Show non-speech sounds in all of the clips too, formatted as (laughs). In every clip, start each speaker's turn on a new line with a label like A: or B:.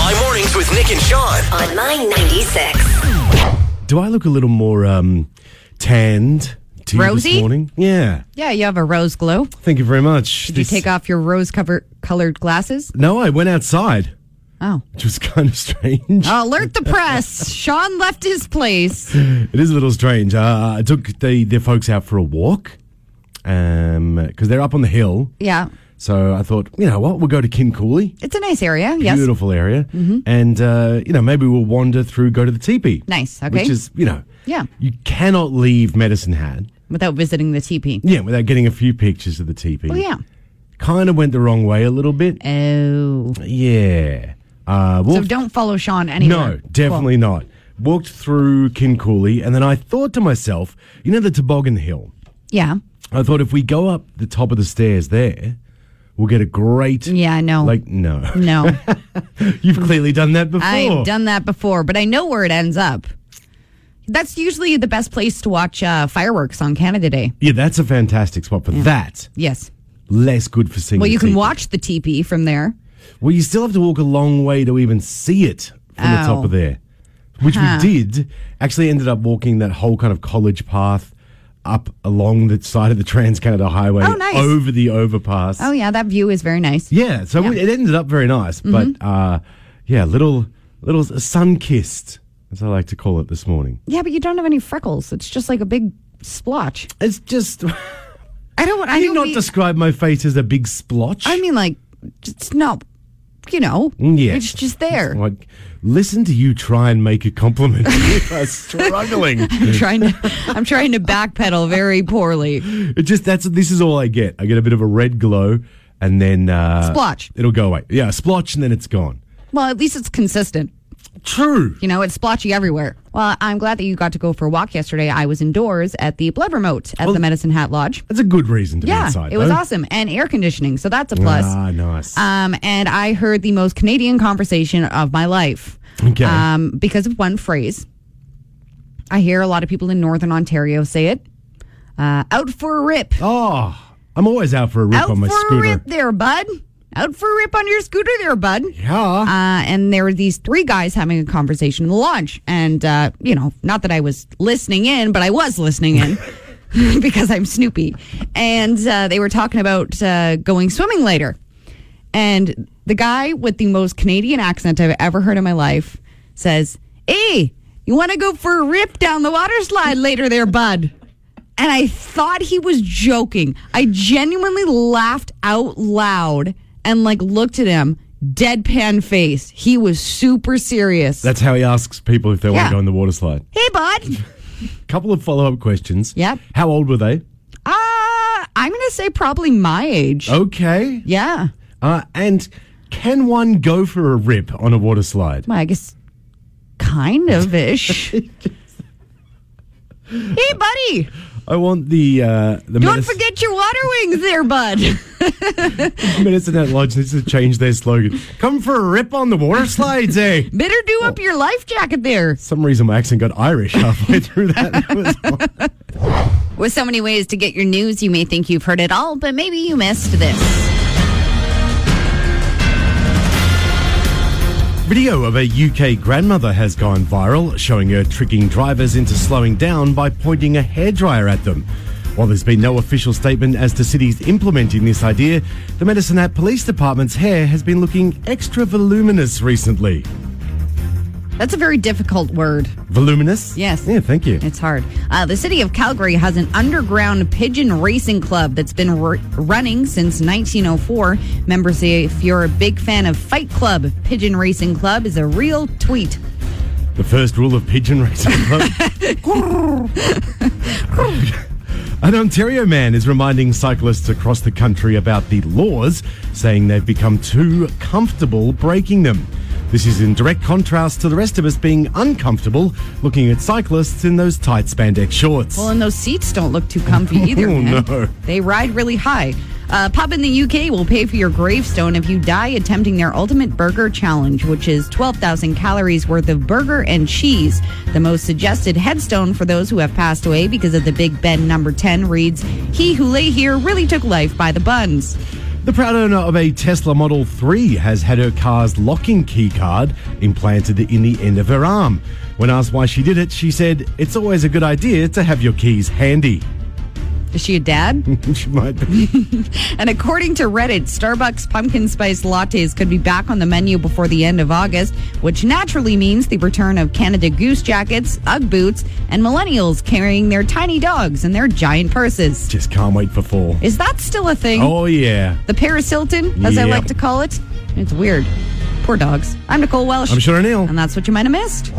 A: Breakfast with Nick and Sean.
B: on my 96.
C: Do I look a little more um, tanned to you
D: Rosy?
C: this morning? Yeah.
D: Yeah, you have a rose glow.
C: Thank you very much.
D: Did you take off your rose cover- colored glasses?
C: No, I went outside,
D: Oh.
C: which was (laughs) kind of strange.
D: Alert
C: (laughs)
D: the press. Sean left his place.
C: It is a little strange. Uh, I took the, the folks out for a walk because they're up on the hill.
D: Yeah.
C: So I thought, you know what, we'll go to Kincooley.
D: It's a nice area. Yes. Mm-hmm.
C: Beautiful area. And, uh, you know, maybe we'll wander through, go to the teepee.
D: Nice, okay.
C: Which is, you know,
D: Yeah.
C: you cannot leave Medicine Hat.
D: Without visiting the teepee.
C: Yeah, without getting a few pictures of the teepee.
D: Oh, yeah.
C: Kind of went the wrong way a little bit.
D: Oh.
C: Yeah. Uh,
D: So
C: walked,
D: don't follow Sean anywhere.
C: no, definitely not. Walked through Kincooley, and then I thought to myself, you know, the toboggan hill.
D: Cool. Yeah.
C: I thought if we go up the top of the stairs there, we'll get a great.
D: Yeah, no.
C: Like, no. (laughs)
D: No.
C: You've clearly done that before.
D: I've done that before, but I know where it ends up. That's usually the best place to watch uh, fireworks on Canada Day.
C: Yeah, that's a fantastic spot, but that
D: Yes.
C: less good for seeing.
D: Well,
C: the
D: you can
C: teepee.
D: watch the teepee from there.
C: Well, you still have to walk a long way to even see it from the top
D: Oh.
C: of there, which
D: Huh.
C: we did. Actually, ended up walking that whole kind of college path up along the side of the Trans Canada Highway
D: Oh, nice.
C: over the overpass.
D: Oh, yeah. That view is very nice.
C: yeah. So we- it ended up very nice,
D: Mm-hmm.
C: but uh, yeah, little little sun kissed, as I like to call it this morning.
D: Yeah, but you don't have any freckles. It's just like a big splotch.
C: It's just. (laughs)
D: I don't. I
C: I did
D: don't
C: not
D: mean,
C: describe my face as a big splotch.
D: I mean, like, it's not. You know.
C: Mm, Yeah.
D: It's just there.
C: Like, listen to you try and make a compliment.
D: (laughs)
C: you are struggling.
D: I'm trying
C: (laughs)
D: to. I'm trying to backpedal very poorly.
C: It just that's this is all I get. I get a bit of a red glow, and then uh,
D: Splotch.
C: It'll go away. Yeah, splotch, and then it's gone.
D: Well, at least it's consistent.
C: True.
D: You know, it's splotchy everywhere. Well, I'm glad that you got to go for a walk yesterday. I was indoors at the blood remote at the Medicine Hat Lodge.
C: That's a good reason to be
D: Yeah,
C: inside.
D: it was
C: Oh. though.
D: awesome and air conditioning, so that's a plus.
C: Ah, nice.
D: Um, and I heard the most Canadian conversation of my life.
C: Okay.
D: Um, because of one phrase. I hear a lot of people in Northern Ontario say it. Uh, out for a rip.
C: oh, I'm always out for a rip
D: out
C: on my
D: for a
C: scooter.
D: rip there, bud. Out for a rip on your scooter there, bud.
C: Yeah.
D: Uh, and there were these three guys having a conversation in the lodge. And, uh, you know, not that I was listening in, but I was listening in
C: (laughs)
D: (laughs) because I'm Snoopy. And uh, they were talking about uh, going swimming later. And the guy with the most Canadian accent I've ever heard in my life says, Hey, you want to go for a rip down the water slide later there, bud? And I thought he was joking. I genuinely laughed out loud and like looked at him, deadpan face. He was super serious.
C: That's how he asks people if they want
D: Yeah.
C: to go on the water slide.
D: hey, bud.
C: Couple of follow up questions.
D: Yep.
C: How old were they?
D: Uh, I'm going to say probably my age.
C: Oh. Okay.
D: Yeah.
C: Uh, and can one go for a rip on a water slide?
D: Well, I guess kind of ish. hey, buddy.
C: I want the uh, the
D: Don't
C: medicine-
D: forget your water wings there, bud.
C: Medicine at Lodge needs to change their slogan. Come for a rip on the water slides, eh?
D: Better do up your life jacket there.
C: some reason my accent got Irish halfway through that. That was (laughs) odd.
D: With so many ways to get your news, you may think you've heard it all, but maybe you missed this.
C: Video of a UK grandmother has gone viral, showing her tricking drivers into slowing down by pointing a hairdryer at them. While there's been no official statement as to cities implementing this idea, the Medicine Hat Police Department's hair has been looking extra voluminous recently.
D: That's a very difficult word.
C: Voluminous?
D: Yes.
C: Yeah, thank you.
D: It's hard. Uh, the city of Calgary has an underground pigeon racing club that's been r- running since 1904. Members say if you're a big fan of Fight Club, Pigeon Racing Club is a real tweet.
C: The first rule of pigeon racing. (laughs) Club. An Ontario man is reminding cyclists across the country about the laws, saying they've become too comfortable breaking them. This is in direct contrast to the rest of us being uncomfortable looking at cyclists in those tight spandex shorts.
D: Well, and those seats don't look too comfy
C: (laughs)
D: either.
C: Oh,
D: man.
C: no.
D: They ride really high. A pub in the UK will pay for your gravestone if you die attempting their ultimate burger challenge, which is 12,000 calories worth of burger and cheese. The most suggested headstone for those who have passed away because of the Big Ben number 10 reads, He who lay here really took life by the buns.
C: The proud owner of a Tesla Model 3 has had her car's locking key card implanted in the end of her arm. When asked why she did it, she said, It's always a good idea to have your keys handy.
D: Is she a dad?
C: (laughs) She might be.
D: And according to Reddit, Starbucks pumpkin spice lattes could be back on the menu before the end of August, which naturally means the return of Canada Goose jackets, Ugg boots, and millennials carrying their tiny dogs in their giant purses.
C: Just can't wait for fall.
D: Is that still a thing?
C: Oh, yeah.
D: The Paris Hilton, as I
C: Yep.
D: like to call it. It's weird. Poor dogs. I'm Nicole Welsh.
C: I'm Sharon Neal.
D: And that's what you might have missed.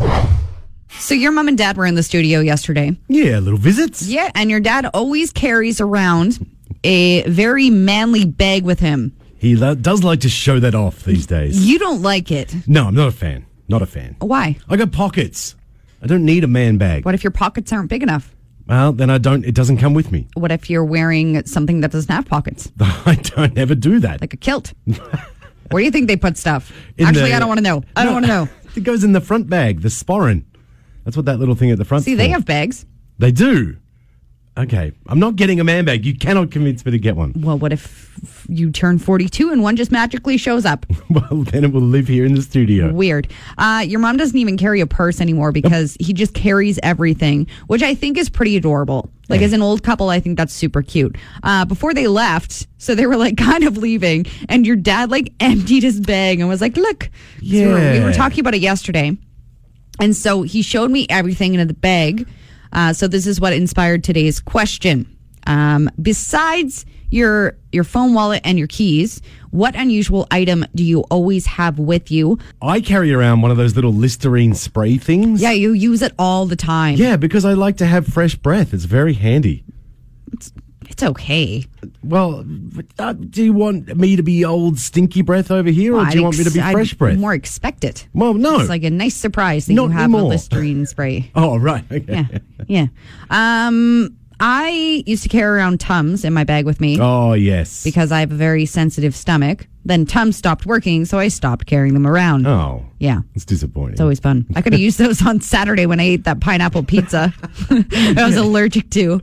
D: So your mom and dad were in the studio yesterday.
C: Yeah, little visits.
D: Yeah, and your dad always carries around a very manly bag with him.
C: He lo- does like to show that off these days.
D: You don't like it.
C: No, I'm not a fan. Not a fan.
D: Why?
C: I got pockets. I don't need a man bag.
D: What if your pockets aren't big enough?
C: Well, then I don't. It doesn't come with me. (laughs)
D: What if you're wearing something that doesn't have pockets,
C: I don't ever do that.
D: like a
C: (laughs)
D: kilt? Where do you think they put stuff?
C: In
D: Actually,
C: the-
D: I don't want to know.
C: No,
D: I don't want
C: (laughs)
D: to know.
C: It goes in the front bag, the sporran. That's what that little thing at the front.
D: See, they have bags.
C: They do. Okay, I'm not getting a man bag. You cannot convince me to get one. (laughs)
D: Well, what if you turn 42 and one just magically shows up?
C: Well, then it will live here in the studio.
D: Weird. Uh, your mom doesn't even carry a purse anymore because he just carries everything, which I think is pretty adorable. Like as an old couple, I think that's super cute. Uh, before they left, so they were like (laughs) kind of leaving, and your dad like (laughs) emptied his bag and was like, "Look, 'Cause we were- we
C: Yeah.
D: were talking about it yesterday." And so he showed me everything in the bag. Uh, so this is what inspired today's question. Um, besides your your phone wallet and your keys, what unusual item do you always have with you?
C: I carry around one of those little Listerine spray things.
D: Yeah, you use it all the time.
C: Yeah, because I like to have fresh breath. It's very handy.
D: It's okay.
C: Well, uh, do you want me to be old stinky breath over here, or do you want me to be
D: I'd
C: fresh breath?
D: More expect it.
C: Well, no.
D: It's like a nice surprise that
C: Not
D: you have a
C: anymore. (laughs)
D: Listerine spray.
C: oh, right. Okay.
D: yeah. Yeah. Um, I used to carry around Tums in my bag with me
C: Oh, yes.
D: because I have a very sensitive stomach. Then Tums stopped working, so I stopped carrying them around.
C: oh,
D: Yeah.
C: it's disappointing.
D: It's always fun. I could have used those on Saturday when I ate that pineapple pizza (laughs) I
C: (laughs)
D: was allergic to.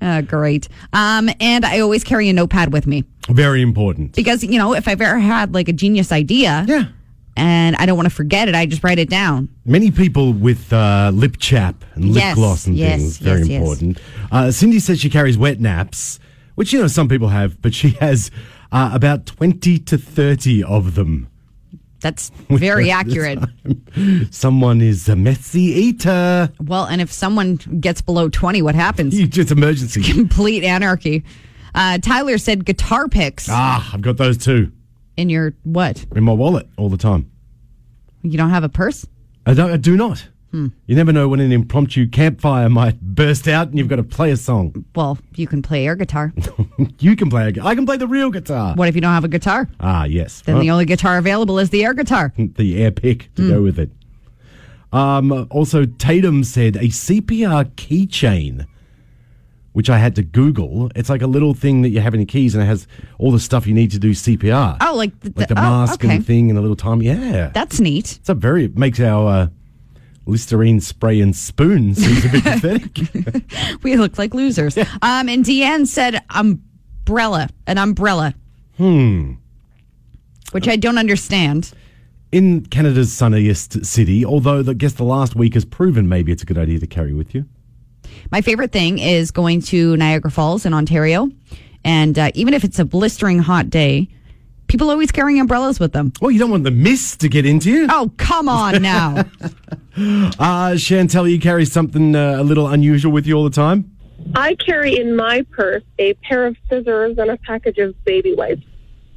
D: Uh, great. Um, and I always carry a notepad with me.
C: very important.
D: because you know if i've ever had like a genius idea
C: Yeah.
D: and i don't want to forget it i just write it down
C: Many people with uh, lip chap and lip
D: Yes,
C: gloss and
D: yes,
C: things, very
D: yes, yes.
C: important. Uh, Cindy says she carries wet naps, which, you know, some people have, but she has uh, about 20 to 30 of them.
D: that's
C: (laughs)
D: very accurate
C: Someone is a messy eater.
D: well and if someone gets below 20 what happens
C: (laughs) You just emergency.
D: complete anarchy uh, tyler said guitar picks
C: ah, I've got those too
D: in your what
C: in my wallet all the time.
D: you don't have a purse
C: I, don't, I do not. You never know when an impromptu campfire might burst out and you've got to play a song. (laughs)
D: well you can play air guitar
C: you can play a gu- I can play the real guitar.
D: what if you don't have a guitar
C: Ah, yes.
D: then
C: Well,
D: the only guitar available is the air
C: (laughs)
D: guitar
C: the air pick to go with it. Um, also, Tatum said a CPR keychain, which I had to Google. It's like a little thing that you have in your keys, and it has all the stuff you need to do CPR.
D: oh like the,
C: like the
D: oh,
C: mask
D: okay
C: and thing, and a little time. Yeah,
D: that's neat
C: it's a very it makes our uh, Listerine spray and spoon (laughs) seems a bit pathetic.
D: we look like losers um and deanne said umbrella an umbrella hmm which i don't understand
C: In Canada's sunniest city, although I guess the last week has proven maybe it's a good idea to carry with you.
D: My favorite thing is going to Niagara Falls in Ontario. And uh, even if it's a blistering hot day, people always carrying umbrellas with them.
C: Well, you don't want the mist to get into you.
D: Oh, come on now.
C: Uh, Chantel, you carry something uh, a little unusual with you all the time?
A: I carry in my purse a pair of scissors and a package of baby wipes.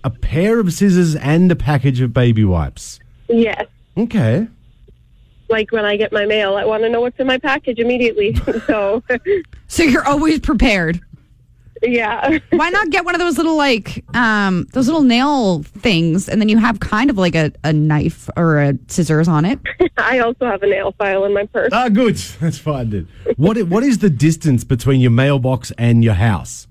C: A pair of scissors and a package of baby wipes.
A: Yes.
C: Okay.
A: Like when I get my mail, I want to know what's in my package immediately. (laughs) so,
D: so you're always prepared.
A: yeah. (laughs)
D: Why not get one of those little like um those little nail things and then you have kind of like a, a knife or a scissors on it?
A: I also have a nail file in my purse.
C: Ah, good. (laughs) That's fine then. What, i- what is the distance between your mailbox and your house?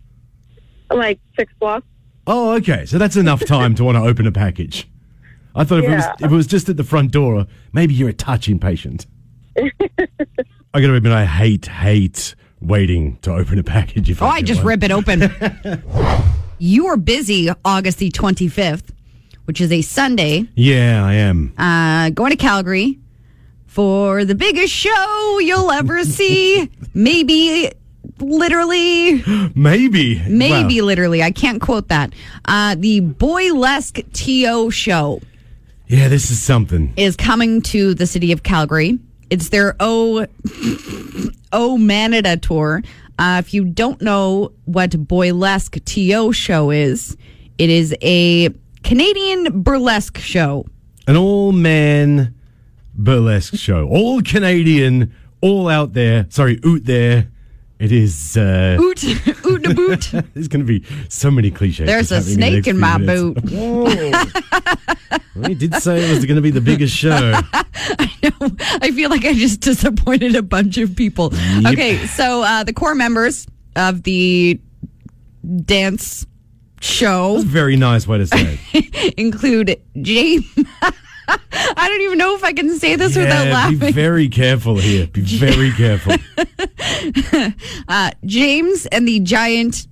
A: Like six blocks.
C: Oh, okay. So that's enough time to want to open a package. I thought if, it, was,
A: Yeah.
C: if it was just at the front door, maybe you're a touch impatient. I gotta admit, I hate, hate waiting to open a package. If
D: Oh,
C: I,
D: I
C: get
D: just
C: one.
D: rip it open. you are busy August the 25th, which is a Sunday,
C: Yeah, I am.
D: uh, going to Calgary for the biggest show you'll ever see. Maybe literally
C: Maybe.
D: maybe
C: Wow.
D: literally i can't quote that uh, the boylesque to show
C: Yeah, this is something.
D: is coming to the city of calgary it's their o o manada tour uh, if you don't know what boylesque to show is it is a canadian burlesque show
C: An all man burlesque show. All Canadian, all out there. Sorry, out there. It is. Uh,
D: oot (laughs) oot de boot (laughs)
C: (laughs) There's going to be so many cliches.
D: There's
C: just
D: a
C: happening
D: snake in
C: the
D: my
C: next few minutes. (laughs) Whoa. we did say it was going to be the biggest show.
D: I feel like I just disappointed a bunch of people. Okay, so uh, the core members of the dance
C: (laughs)
D: show
C: Very nice way to
D: (laughs)
C: say it.
D: include James. (laughs) I don't even know if I can say this without
C: yeah, be
D: laughing.
C: very careful here.
D: (laughs)
C: Be very careful.
D: Uh, James and the Giant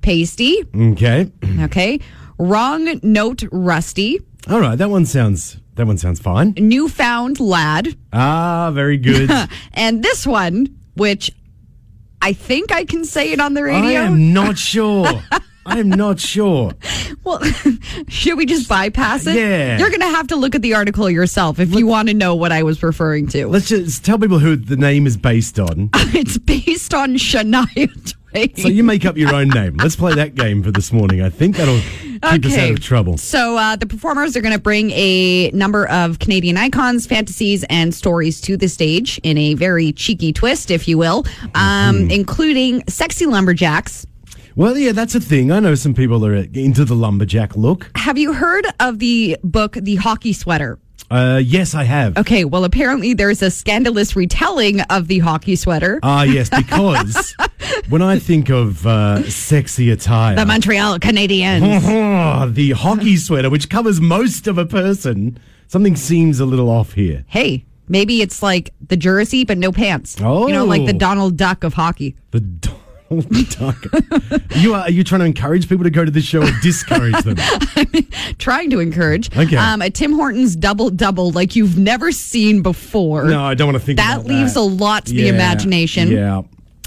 D: Pasty.
C: Okay.
D: Okay. Wrong Note Rusty.
C: All right. That one sounds. That one sounds fine.
D: Newfound Lad.
C: Ah, very good.
D: And this one, which I think I can say it on the
C: I
D: (laughs) radio.
C: am not sure. I am not sure.
D: (laughs) Well, (laughs) should we just bypass it?
C: Yeah.
D: You're going to have to look at the article yourself if you want to know what I was referring to.
C: Let's just tell people who the name is based on.
D: (laughs) It's based on Shania (laughs) Twain.
C: So you make up your own name. Let's play that game for this morning. I think that'll keep us out of trouble.
D: So uh, the performers are going to bring a number of Canadian icons, fantasies, and stories to the stage in a very cheeky twist, if you will,
C: Mm-hmm.
D: um, including sexy lumberjacks.
C: Well, yeah, that's a thing. I know some people are into the lumberjack look.
D: Have you heard of the book The Hockey Sweater?
C: Uh, yes, I have.
D: Okay, well, apparently there's a scandalous retelling of the hockey sweater.
C: Ah, yes,
D: (laughs)
C: because when I think of uh, sexy attire,
D: the
C: (laughs)
D: Montreal Canadiens.
C: oh, the hockey sweater, which covers most of a person, something seems a little off here.
D: hey, maybe it's like the jersey but no pants. You know, like the
C: Oh.
D: Donald Duck of hockey.
C: The Donald (laughs) Duck. you are, are you trying to encourage people to go to this show or discourage them?
D: Trying to encourage.
C: Okay.
D: Um, a Tim Hortons double double like you've never seen before.
C: No, I don't want to think
D: That
C: about
D: leaves
C: that.
D: a lot to the
C: Yeah,
D: imagination.
C: Yeah.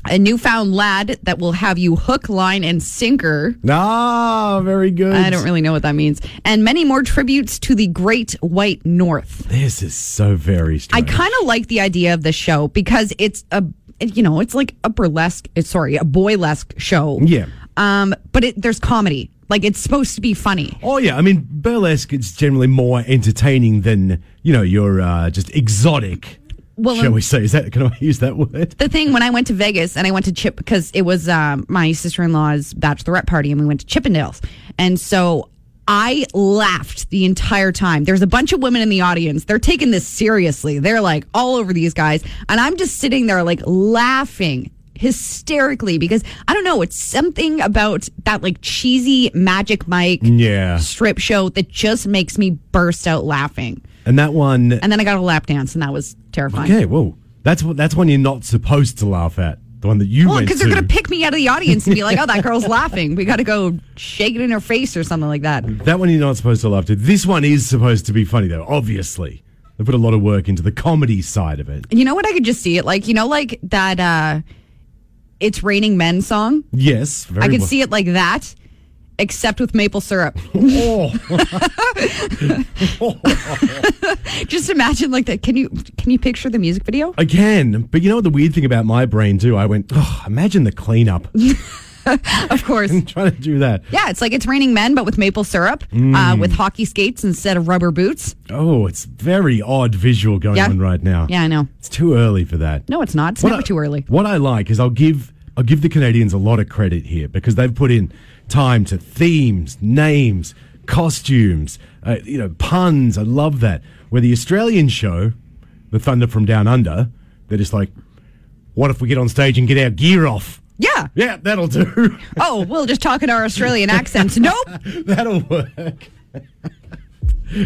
D: A newfound lad that will have you hook, line, and sinker.
C: Ah, very good.
D: I don't really know what that means. And many more tributes to the Great White North.
C: This is so very
D: I
C: strange.
D: kind of like the idea of the show because it's a, you know, it's like a burlesque, it's, sorry, a boylesque show.
C: Yeah.
D: Um, but it, there's comedy. Like it's supposed to be funny.
C: Oh yeah, I mean burlesque is generally more entertaining than you know your uh, just exotic.
D: Well,
C: shall
D: um,
C: we say? Is that can I use that word?
D: The thing when I went to Vegas and I went to Chip because it was um, my sister in law's bachelorette party and we went to Chippendales. And so I laughed the entire time. There's a bunch of women in the audience. They're taking this seriously. They're like all over these guys. And I'm just sitting there like laughing hysterically because I don't know. It's something about that like cheesy magic mic
C: Yeah,
D: strip show that just makes me burst out laughing.
C: and that one.
D: And then I got a lap dance, and that was terrifying.
C: Okay, well, that's what that's one you're not supposed to laugh at. The one that you
D: Well,
C: went
D: because
C: to.
D: they're going to pick me out of the audience and be like, oh,
C: (laughs)
D: that girl's laughing. We got to go shake it in her face or something like that.
C: that one you're not supposed to laugh to. This one is supposed to be funny though. Obviously, they put a lot of work into the comedy side of it.
D: You know what? I could just see it. Like, you know, like that uh It's Raining Men song?
C: Yes, very.
D: I could
C: well. (laughs)
D: see it like that, except with maple syrup. (laughs)
C: Oh,
D: just imagine like that. Can you can you picture the music
C: (laughs)
D: video?
C: I can, but you know what the weird thing about my brain too? I went, oh, imagine the cleanup. (laughs)
D: Of course.
C: trying to do that.
D: Yeah, it's like It's Raining Men, but with maple syrup,
C: Mm.
D: uh, with hockey skates instead of rubber boots.
C: Oh, it's very odd visual going
D: Yeah.
C: on right now.
D: Yeah, I know.
C: It's too early for that.
D: No, it's not. It's
C: What
D: never
C: I-
D: too early.
C: What I like is I'll give I'll give the Canadians a lot of credit here because they've put in time to themes, names, costumes, uh, you know, puns. I love that. Where the Australian show, The Thunder from Down Under, they're just like, what if we get on stage and get our gear off?
D: Yeah.
C: Yeah, that'll do. (laughs)
D: Oh, we'll just talk in our Australian accents. Nope.
C: that'll work. (laughs)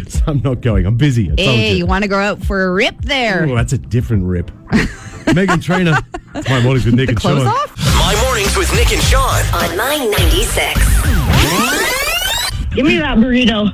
C: so I'm not going. I'm busy. I told
D: Hey,
C: you.
D: you want to go out for a rip there? (laughs)
C: Oh, that's a different rip. Megan Trainer. It's my mornings with Nick
D: The
C: and Sean.
D: clothes off?
B: My mornings
E: Mornings with Nick and Sean.
B: on my 96.
D: Give me that burrito.